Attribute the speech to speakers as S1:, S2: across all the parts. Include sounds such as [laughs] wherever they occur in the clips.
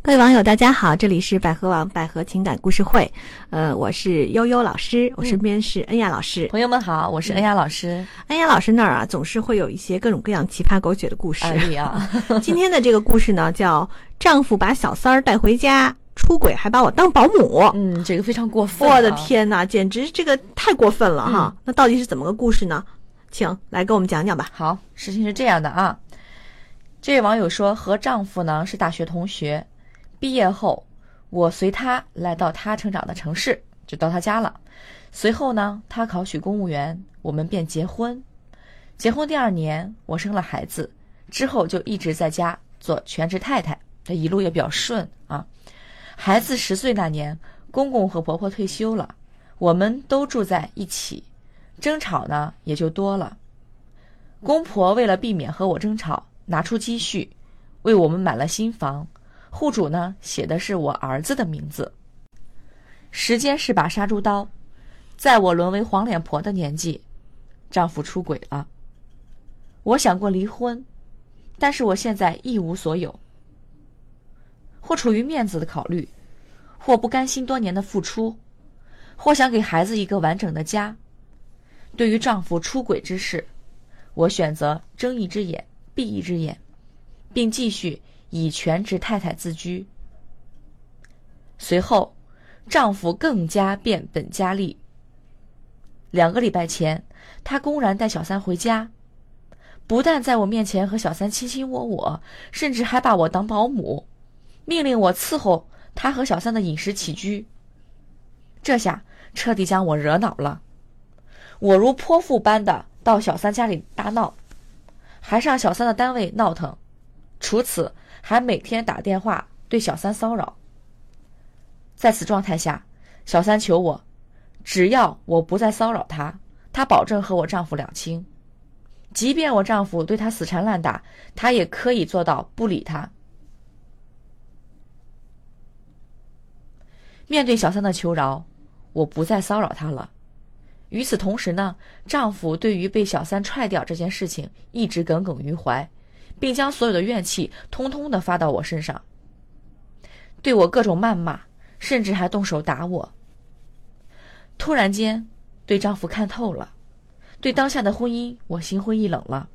S1: 各位网友，大家好，这里是百合网百合情感故事会，呃，我是悠悠老师，我身边
S2: 嗯
S1: 是恩雅老师。
S2: 朋友们好，
S1: 嗯
S2: 我是恩雅老师。
S1: 恩雅老师那儿啊，总是会有一些各种各样奇葩狗血的故事。
S2: 哎呀， [laughs]
S1: 今天的这个故事呢，叫《丈夫把小三儿带回家，出轨还把我当保姆》。
S2: 嗯，这个非常过分、啊。
S1: 我的，天哪，简直这个太过分了哈！
S2: 嗯
S1: 那到底是怎么个故事呢？请来给我们讲讲吧。
S2: 好，事情是这样的啊。这位网友说，和丈夫呢是大学同学，毕业后我随他来到他成长的城市，就到他家了。随后呢，他考取公务员，我们便结婚。结婚第二年，我生了孩子，之后就一直在家做全职太太，这一路也比较顺啊。孩子十岁那年，公公和婆婆退休了，我们都住在一起，争吵呢也就多了。公婆为了避免和我争吵，拿出积蓄，为我们买了新房。户主呢写的是我儿子的名字。时间是把杀猪刀，在我沦为黄脸婆的年纪，丈夫出轨了。我想过离婚，但是我现在一无所有。或出于面子的考虑，或不甘心多年的付出，或想给孩子一个完整的家。对于丈夫出轨之事，我选择睁一只眼闭一只眼，并继续以全职太太自居。随后，丈夫更加变本加厉。两个礼拜前，他公然带小三回家，不但在我面前和小三卿卿我我，甚至还把我当保姆，命令我伺候他和小三的饮食起居。这下彻底将我惹恼了，我如泼妇般的到小三家里大闹，还上小三的单位闹腾，除此还每天打电话对小三骚扰。在此状态下，小三求我，只要我不再骚扰她，她保证和我丈夫两清。即便我丈夫对她死缠烂打，她也可以做到不理他。面对小三的求饶，我不再骚扰她了。与此同时呢，丈夫对于被小三踹掉这件事情一直耿耿于怀，并将所有的怨气通通的发到我身上，对我各种谩骂，甚至还动手打我。突然间，对丈夫看透了，对当下的婚姻我心灰意冷了，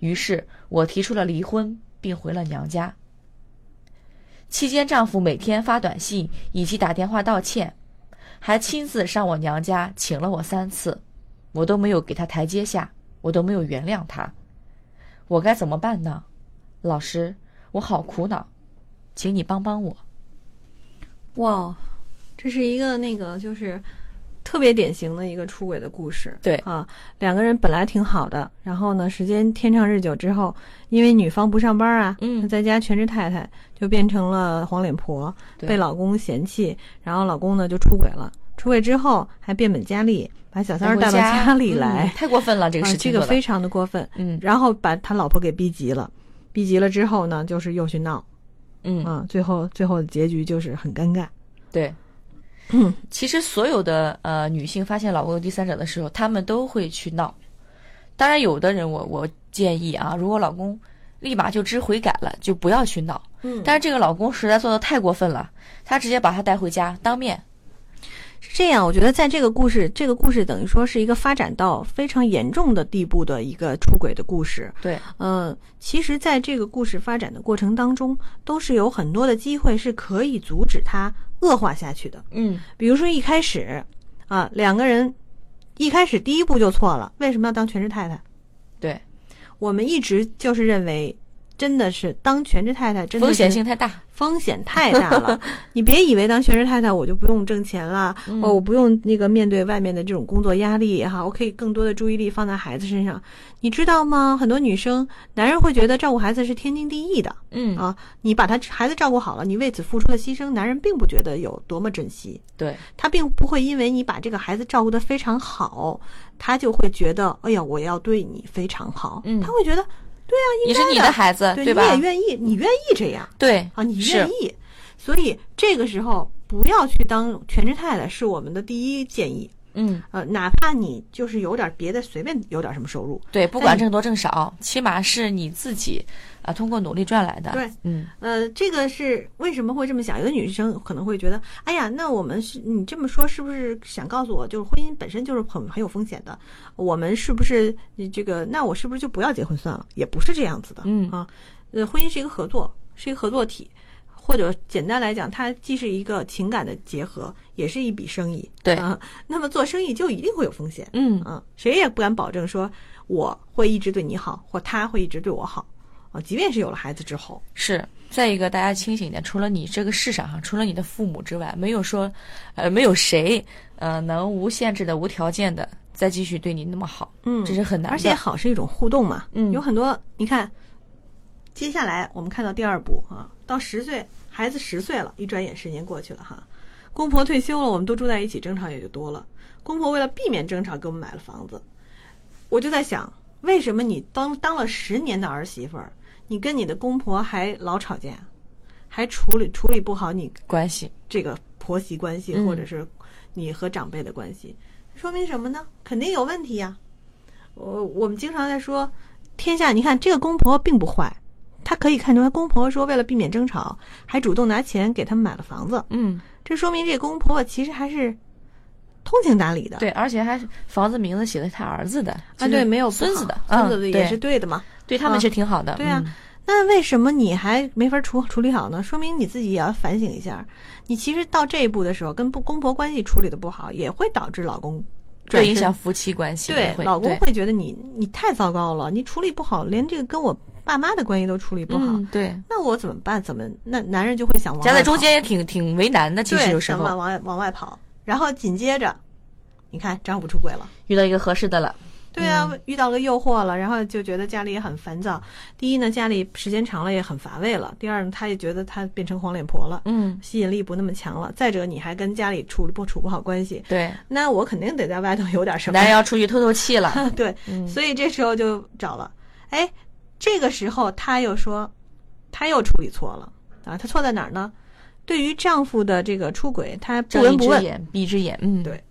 S2: 于是我提出了离婚，并回了娘家。期间，丈夫每天发短信以及打电话道歉，还亲自上我娘家请了我三次，我都没有给他台阶下，我都没有原谅他，我该怎么办呢？老师，我好苦恼，请你帮帮我。
S1: 哇，这是一个那个就是特别典型的一个出轨的故事。
S2: 对
S1: 啊，两个人本来挺好的，然后呢，时间天长日久之后，因为女方不上班啊，
S2: 嗯
S1: 她在家全职太太，就变成了黄脸婆，
S2: 对
S1: 被老公嫌弃，然后老公呢就出轨了。出轨之后还变本加厉，把小三儿带到家里来，
S2: 嗯嗯太过分了，这个
S1: 啊
S2: 事
S1: 这
S2: 情
S1: 个
S2: 做的、
S1: 非常的过分。
S2: 嗯
S1: 然后把他老婆给逼急了，逼急了之后呢，就是又去闹
S2: 嗯，
S1: 啊，最后最后的结局就是很尴尬。
S2: 对。
S1: 嗯，
S2: 其实所有的呃女性发现老公有第三者的时候，她们都会去闹。当然，有的人我我建议啊，如果老公立马就知悔改了，就不要去闹。
S1: 嗯
S2: 但是这个老公实在做的太过分了，他直接把她带回家当面。
S1: 是这样，我觉得在这个故事，这个故事等于说是一个发展到非常严重的地步的一个出轨的故事。
S2: 对，
S1: 嗯，其实在这个故事发展的过程当中，都是有很多的机会是可以阻止它恶化下去的。
S2: 嗯，
S1: 比如说一开始，啊，两个人一开始第一步就错了，为什么要当全职太太？
S2: 对，
S1: 我们一直就是认为，真的是当全职太太真的
S2: 风
S1: 是
S2: 险性太大。
S1: 风险太大
S2: [laughs]
S1: 了。你别以为当全职太太我就不用挣钱了，
S2: 嗯
S1: 哦，我不用那个面对外面的这种工作压力哈，我可以更多的注意力放在孩子身上。你知道吗？很多女生，男人会觉得照顾孩子是天经地义的
S2: 嗯，
S1: 啊，你把他孩子照顾好了，你为此付出的牺牲，男人并不觉得有多么珍惜。
S2: 对，
S1: 他并不会因为你把这个孩子照顾得非常好，他就会觉得，哎呀，我要对你非常好。
S2: 嗯
S1: 他会觉得，对啊，应
S2: 也
S1: 该
S2: 是你的孩子，
S1: 对，
S2: 对吧
S1: 你？也愿意，你愿意这样。
S2: 对
S1: 啊，你
S2: 是
S1: 愿意，所以这个时候不要去当全职太太是我们的第一建议。
S2: 嗯，
S1: 呃，哪怕你就是有点别的，随便有点什么收入，
S2: 对，不管挣多挣少，起码是你自己啊通过努力赚来的。
S1: 对，
S2: 嗯，
S1: 呃，这个是为什么会这么想？有的女生可能会觉得，哎呀，那我们是你这么说，是不是想告诉我，就是婚姻本身就是很很有风险的？我们是不是你这个？那我是不是就不要结婚算了？也不是这样子的，
S2: 嗯
S1: 啊，呃，婚姻是一个合作，是一个合作体，或者简单来讲，它既是一个情感的结合，也是一笔生意。
S2: 对
S1: 啊，那么做生意就一定会有风险，
S2: 嗯，
S1: 嗯，谁也不敢保证说我会一直对你好，或他会一直对我好啊。即便是有了孩子之后，
S2: 是。再一个，大家清醒一点，除了你这个世上哈，除了你的父母之外，没有说，呃，没有谁，呃，能无限制的、无条件的再继续对你那么好，
S1: 嗯
S2: 这是很难的。
S1: 而且好是一种互动嘛，
S2: 嗯
S1: 有很多你看，接下来我们看到第二步啊，到十岁，孩子十岁了，一转眼十年过去了哈，公婆退休了，我们都住在一起，争吵也就多了。公婆为了避免争吵，给我们买了房子。我就在想，为什么你当当了十年的儿媳妇儿，你跟你的公婆还老吵架，还处理处理不好你
S2: 关系，
S1: 这个婆媳关系，
S2: 嗯
S1: 或者是你和长辈的关系，说明什么呢？肯定有问题呀、我我们经常在说，天下你看这个公婆并不坏，她可以看出来，公婆说为了避免争吵，还主动拿钱给他们买了房子，
S2: 嗯，
S1: 这说明这公婆其实还是通情达理的。
S2: 对，而且还房子名字写的他儿子的
S1: 啊，对，没有不
S2: 孙子
S1: 好
S2: 的，
S1: 孙子
S2: 嗯
S1: 的
S2: 对
S1: 也是对的嘛。
S2: 对他们
S1: 啊
S2: 是挺好的，
S1: 对啊
S2: 嗯
S1: 那为什么你还没法处处理好呢？说明你自己也要反省一下。你其实到这一步的时候，跟不公婆关系处理的不好，也会导致老公转
S2: 这
S1: 身
S2: 影响夫妻关系也
S1: 对
S2: 会，
S1: 老公
S2: 对
S1: 会觉得你你太糟糕了，你处理不好，连这个跟我爸妈的关系都处理不好，
S2: 嗯，对，
S1: 那我怎么办？怎么那男人就会想往
S2: 夹
S1: 外
S2: 在
S1: 跑
S2: 中间也挺挺为难的，其实有
S1: 对，
S2: 时
S1: 想往
S2: 候
S1: 往外往外跑，然后紧接着，你看丈夫出轨了。
S2: 遇到一个合适的了，
S1: 对啊，
S2: 嗯
S1: 遇到个诱惑了，然后就觉得家里也很烦躁。第一呢，家里时间长了也很乏味了；第二呢，他也觉得他变成黄脸婆了，
S2: 嗯，
S1: 吸引力不那么强了。再者，你还跟家里处不处不好关系，
S2: 对，
S1: 那我肯定得在外头有点什么
S2: 男。人要出去透透气
S1: [laughs]
S2: 了，
S1: 对，
S2: 嗯
S1: 所以这时候就找了。哎，这个时候她又说，她又处理错了啊！她错在哪儿呢？对于丈夫的这个出轨，她不
S2: 睁
S1: 闻
S2: 一
S1: 不
S2: 只
S1: 问，
S2: 眼闭一只眼，嗯，
S1: 对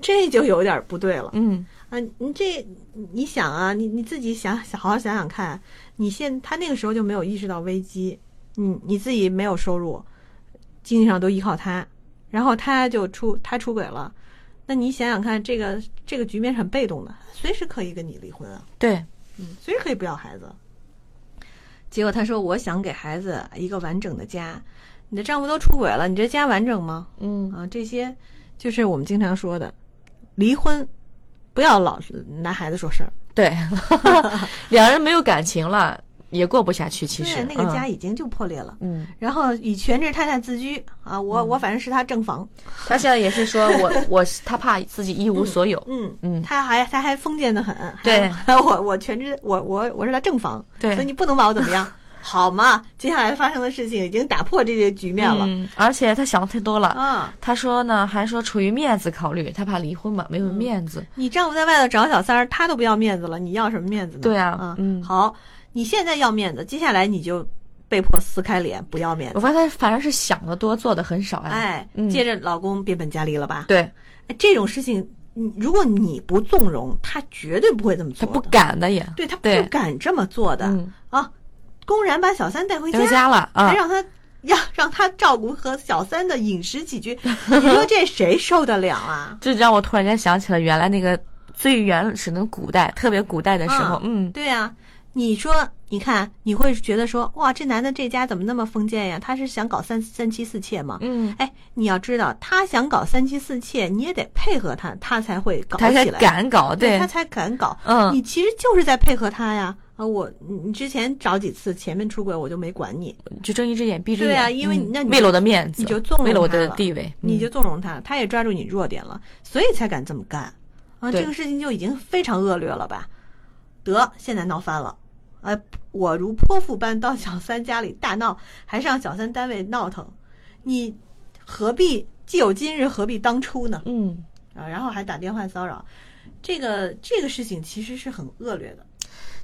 S1: 这就有点不对了。
S2: 嗯，
S1: 啊，你这你想啊，你你自己想想，好好想想看，你现他那个时候就没有意识到危机，你你自己没有收入，经济上都依靠他，然后他就出他出轨了，那你想想看，这个这个局面是很被动的，随时可以跟你离婚啊，
S2: 对，
S1: 嗯，随时可以不要孩子。结果他说，我想给孩子一个完整的家，你的丈夫都出轨了，你这家完整吗？
S2: 嗯，
S1: 啊，这些就是我们经常说的，离婚不要老是拿孩子说事儿。
S2: 对， [laughs] 两人没有感情了，也过不下去，其实
S1: 对，那个家
S2: 嗯
S1: 已经就破裂了。
S2: 嗯，
S1: 然后以全职太太自居啊，我、我反正是他正房，
S2: 他现在也是说我 [laughs] 我他怕自己一无所有，
S1: 嗯
S2: 嗯
S1: 他还他还封建的很，还
S2: 对
S1: 还 [laughs] 我我全职我我我是他正房，
S2: 对
S1: 所以你不能把我怎么 [laughs] 样，好嘛？接下来发生的事情已经打破这些局面了、
S2: 嗯，而且他想的太多了，
S1: 啊！
S2: 他说呢，还说出于面子考虑，他怕离婚嘛，没有面子。
S1: 你丈夫在外头找小三儿，他都不要面子了，你要什么面子呢？
S2: 对啊
S1: 啊，
S2: 嗯
S1: 好，你现在要面子，接下来你就被迫撕开脸，不要面
S2: 我
S1: 子。
S2: 发现他反而是想的多，做的很少哎。
S1: 哎，
S2: 嗯
S1: 接着老公变本加厉了吧？
S2: 对
S1: 哎这种事情，你如果你不纵容，他绝对不会这么
S2: 他
S1: 做的。
S2: 不，敢的也。
S1: 对他不
S2: 对
S1: 敢这么做的、
S2: 嗯，
S1: 啊！公然把小三带回家，
S2: 回家了啊
S1: 还，让他要让他照顾和小三的饮食起居，你说这谁受得了
S2: [laughs]
S1: 啊？
S2: 这让我突然间想起了原来那个最原始的古代，特别古代的时候，嗯，
S1: 对啊，你说，你看，你会觉得说，哇，这男的这家怎么那么封建呀？他是想搞三三妻四妾吗？
S2: 嗯，
S1: 哎，你要知道，他想搞三妻四妾，你也得配合他，他才会搞
S2: 他才
S1: 起来。
S2: 敢搞，对
S1: 他，才敢搞。
S2: 嗯
S1: 你其实就是在配合他呀。啊，我你你之前找几次前面出轨，我就没管你，
S2: 就睁一只眼闭一只眼。
S1: 对啊因为
S2: 嗯
S1: 那你
S2: 为了我的面子，
S1: 你就纵容
S2: 为了我
S1: 他
S2: 的
S1: 了
S2: 地位，
S1: 你就
S2: 嗯
S1: 纵容他，他也抓住你弱点了，所以才敢这么干。啊，
S2: 对
S1: 这个事情就已经非常恶劣了吧？得，现在闹翻了。哎，我如泼妇般到小三家里大闹，还上小三单位闹腾，你何必既有今日，何必当初呢？
S2: 嗯，
S1: 啊，然后还打电话骚扰，这个这个事情其实是很恶劣的。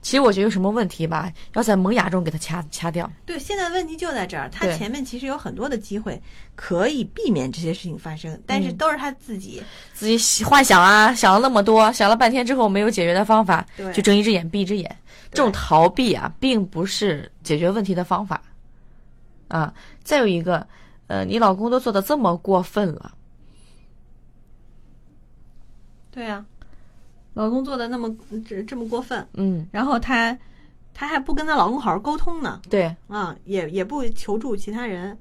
S2: 其实我觉得有什么问题吧，要在萌芽中给它掐掐掉。
S1: 对，现在问题就在这儿，他
S2: 对
S1: 前面其实有很多的机会可以避免这些事情发生，但
S2: 嗯
S1: 是都是他自己。
S2: 自己喜幻想啊，想了那么多，想了半天之后没有解决的方法
S1: 对，
S2: 就睁一只眼闭一只眼。
S1: 对
S2: 这种逃避啊，并不是解决问题的方法。啊，再有一个，呃，你老公都做的这么过分了，
S1: 对啊，老公做的那么这这么过分，
S2: 嗯，
S1: 然后她她还不跟她老公好好沟通呢，
S2: 对，
S1: 啊，也也不求助其他人，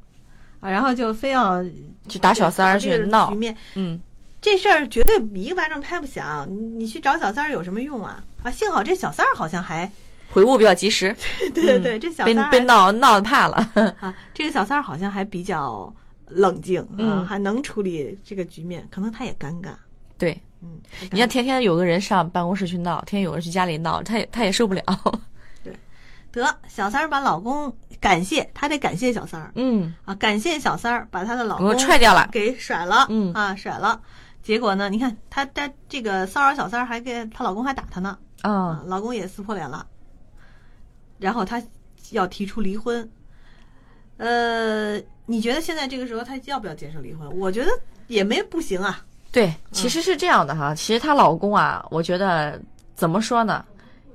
S1: 啊，然后就非要
S2: 去打小三儿
S1: 这
S2: 去
S1: 个
S2: 闹
S1: 局，面，
S2: 嗯，
S1: 这事儿绝对一个巴掌拍不响，你你去找小三儿有什么用啊？啊，幸好这小三儿好像还， [laughs]
S2: 悔悟比较及时，
S1: 对 [laughs] 对对，这小
S2: 嗯被
S1: 三儿
S2: 被
S1: 还
S2: 闹闹得怕了。 [laughs]
S1: 啊，这个小三儿好像还比较冷静啊，
S2: 嗯
S1: 还能处理这个局面，可能他也尴尬，
S2: 对，
S1: 嗯，
S2: 你像天天有个人上办公室去闹，天天有个人去家里闹，他也他也受不了。
S1: 得小三儿把老公感谢，她得感谢小三儿
S2: 嗯，
S1: 啊，感谢小三儿把她的老
S2: 我
S1: 公
S2: 踹掉了。
S1: 给甩了，
S2: 嗯
S1: 啊，甩了。结果呢？你看她她这个骚扰小三儿，还给她老公还打她呢，
S2: 啊
S1: 啊，老公也撕破脸了。然后她要提出离婚，呃，你觉得现在这个时候她要不要接受离婚？我觉得也没不行啊，
S2: 对，其实是这样的哈，其实她老公啊，我觉得怎么说呢，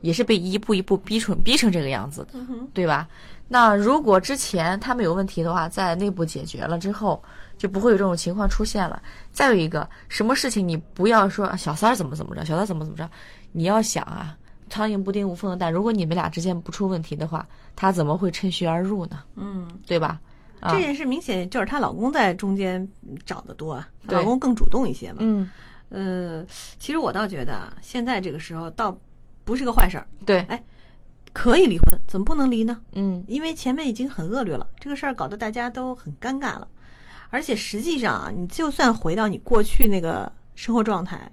S2: 也是被一步一步逼成逼成这个样子的，
S1: 嗯哼，
S2: 对吧？那如果之前他们有问题的话，在内部解决了之后，就不会有这种情况出现了。再有一个，什么事情你不要说啊小三儿怎么怎么着，小三儿怎么怎么着，你要想啊，苍蝇不叮无缝的蛋。如果你们俩之间不出问题的话，他怎么会趁虚而入呢？
S1: 嗯。
S2: 对吧？啊
S1: 这，件事明显就是她老公在中间找的多啊，她
S2: 对
S1: 老公更主动一些嘛。
S2: 嗯，
S1: 呃，其实我倒觉得啊，现在这个时候倒不是个坏事儿，哎
S2: 对，
S1: 可以离婚，怎么不能离呢？
S2: 嗯，
S1: 因为前面已经很恶劣了，这个事儿搞得大家都很尴尬了，而且实际上啊，你就算回到你过去那个生活状态，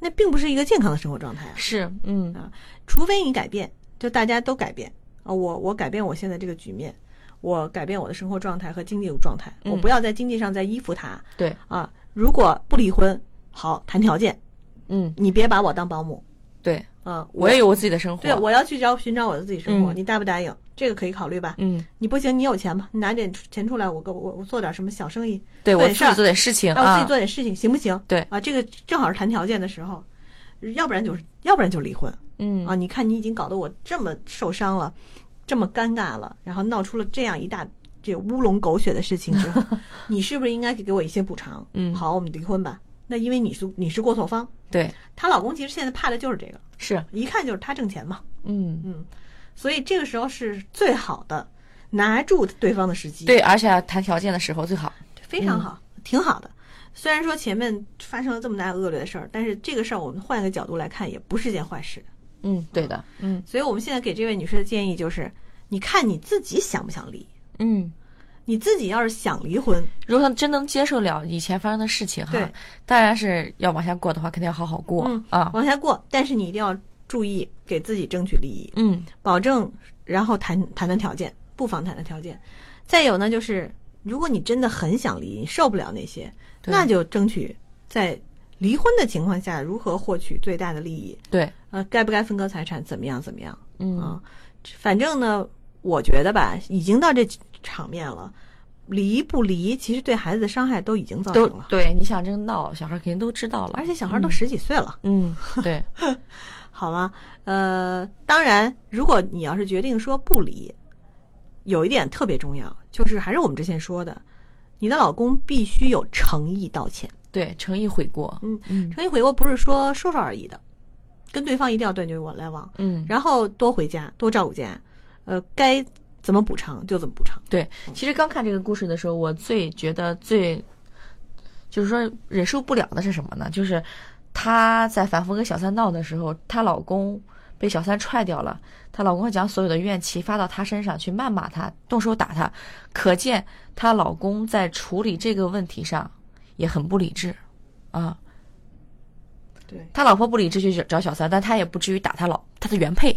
S1: 那并不是一个健康的生活状态啊，
S2: 是，嗯，
S1: 除非你改变，就大家都改变啊，我我改变我现在这个局面。我改变我的生活状态和经济状态，我
S2: 嗯
S1: 不要在经济上再依附他，
S2: 对，
S1: 啊，如果不离婚，好谈条件，
S2: 嗯，
S1: 你别把我当保姆
S2: 对，
S1: 啊，
S2: 我也有我自己的生活。
S1: 对我要去找寻找我的自己生活，
S2: 嗯
S1: 你答不答应？这个可以考虑吧。
S2: 嗯，
S1: 你不行，你有钱吗？你拿点钱出来，我给我我做点什么小生意，
S2: 对我
S1: 对
S2: 自
S1: 是啊
S2: 己做点事情
S1: 让我自己
S2: 啊，
S1: 做点事情，行不行？
S2: 对
S1: 啊，这个正好是谈条件的时候，要不然就是要不然就离婚
S2: 嗯
S1: 啊！你看你已经搞得我这么受伤了，这么尴尬了，然后闹出了这样一大这乌龙狗血的事情之
S2: [laughs]
S1: 后，你是不是应该给给我一些补偿？
S2: 嗯，
S1: 好，我们离婚吧。那因为你是你是过错方，
S2: 对，
S1: 她老公其实现在怕的就是这个，
S2: 是，
S1: 一看就是她挣钱嘛，
S2: 嗯，
S1: 嗯，所以这个时候是最好的拿住对方的时机，
S2: 对，嗯而且啊谈条件的时候最好。
S1: 非常好，挺好的。虽然说前面发生了这么大恶劣的事儿，但是这个事儿我们换一个角度来看，也不是件坏事。
S2: 嗯，对的，嗯
S1: 所以我们现在给这位女士的建议就是，你看你自己想不想离？
S2: 嗯。
S1: 你自己要是想离婚，
S2: 如果他真能接受了以前发生的事情哈
S1: 对，
S2: 当然是要往下过的话，肯定要好好过、
S1: 嗯
S2: 啊。
S1: 往下过，但是你一定要注意给自己争取利益。
S2: 嗯，
S1: 保证，然后谈谈谈条件，不妨谈谈条件。再有呢，就是如果你真的很想离，你受不了那些，
S2: 对
S1: 那就争取在离婚的情况下，如何获取最大的利益？
S2: 对，
S1: 呃，该不该分割财产？怎么样？怎么样？
S2: 嗯
S1: 啊，反正呢，我觉得吧，已经到这场面了，离不离，其实对孩子的伤害都已经造成
S2: 都嗯
S1: 了，
S2: 对。你想真闹，小孩肯定都知道了，
S1: 而且小孩都十几岁了。
S2: 嗯，对，
S1: 好吗？呃，当然，如果你要是决定说不离，有一点特别重要，就是还是我们之前说的，你的老公必须有诚意道歉。
S2: 对，诚意悔过，
S1: 嗯
S2: 嗯
S1: 诚意回国不是说说说而已的，跟对方一定要断绝往来往，
S2: 嗯。
S1: 然后多回家，多照顾家，呃，该怎么补偿就怎么补偿。
S2: 对，其实刚看这个故事的时候，我最觉得最，就是说忍受不了的是什么呢？就是她在反复跟小三闹的时候，她老公被小三踹掉了，她老公会将所有的怨气发到她身上去谩骂她，动手打她，可见她老公在处理这个问题上也很不理智，啊，
S1: 对，
S2: 他老婆不理智去找小三，但他也不至于打他老他的原配，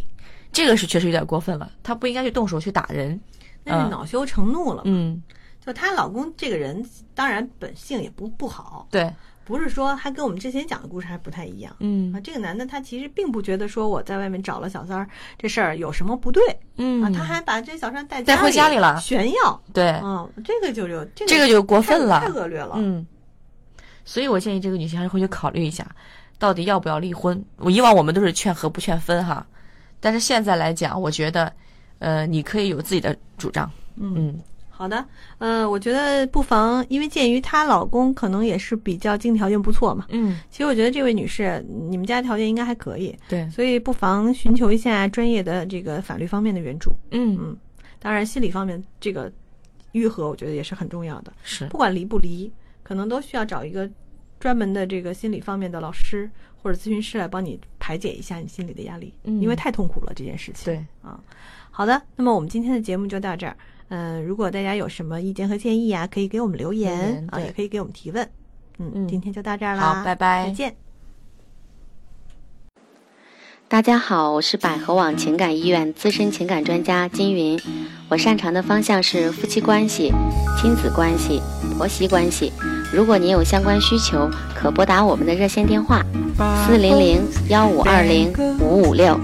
S2: 这个是确实有点过分了，他不应该去动手去打人，
S1: 那是
S2: 嗯
S1: 恼羞成怒了嘛。
S2: 嗯，
S1: 就她老公这个人，当然本性也不不好，
S2: 对，
S1: 不是说他跟我们之前讲的故事还不太一样啊。
S2: 嗯
S1: 这个男的他其实并不觉得说我在外面找了小三儿这事儿有什么不对
S2: 嗯
S1: 啊，他还把这小三儿带
S2: 带回家里了
S1: 炫耀
S2: 对，
S1: 啊，这个就有这
S2: 这个就过
S1: 太
S2: 分了
S1: 太。恶劣了。
S2: 嗯，所以我建议这个女性还是回去考虑一下，到底要不要离婚。我以往我们都是劝和不劝分哈，但是现在来讲，我觉得，呃，你可以有自己的主张。嗯
S1: 好的，呃，我觉得不妨，因为鉴于她老公可能也是比较经济条件不错嘛，
S2: 嗯，
S1: 其实我觉得这位女士你们家条件应该还可以，
S2: 对，
S1: 所以不妨寻求一下专业的这个法律方面的援助。
S2: 嗯
S1: 当然，心理方面这个愈合，我觉得也是很重要的。
S2: 是，
S1: 不管离不离，可能都需要找一个专门的这个心理方面的老师或者咨询师来帮你排解一下你心里的压力，
S2: 嗯
S1: 因为太痛苦了这件事情。
S2: 对，
S1: 啊，好的，那么我们今天的节目就到这儿。嗯、如果大家有什么意见和建议啊，可以给我们留言
S2: 留言
S1: 啊，
S2: 对
S1: 也可以给我们提问。嗯，
S2: 嗯
S1: 今天就到这儿啦，
S2: 好，拜拜
S1: 再。见。
S3: 大家好，我是百合网情感医院资深情感专家金云。我擅长的方向是夫妻关系、亲子关系、婆媳关系。如果您有相关需求，可拨打我们的热线电话四零零幺五二零五五六。